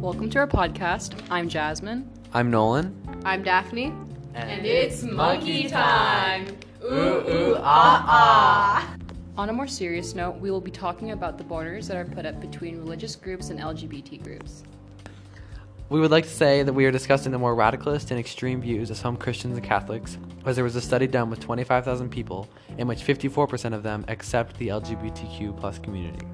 Welcome to our podcast. I'm Jasmine. I'm Nolan. I'm Daphne. And On a more serious note, we will be talking about the borders that are put up between religious groups and LGBT groups. We would like to say that we are discussing the more radicalist and extreme views of some Christians and Catholics, as there was a study done with 25,000 people in which 54% of them accept the LGBTQ plus community.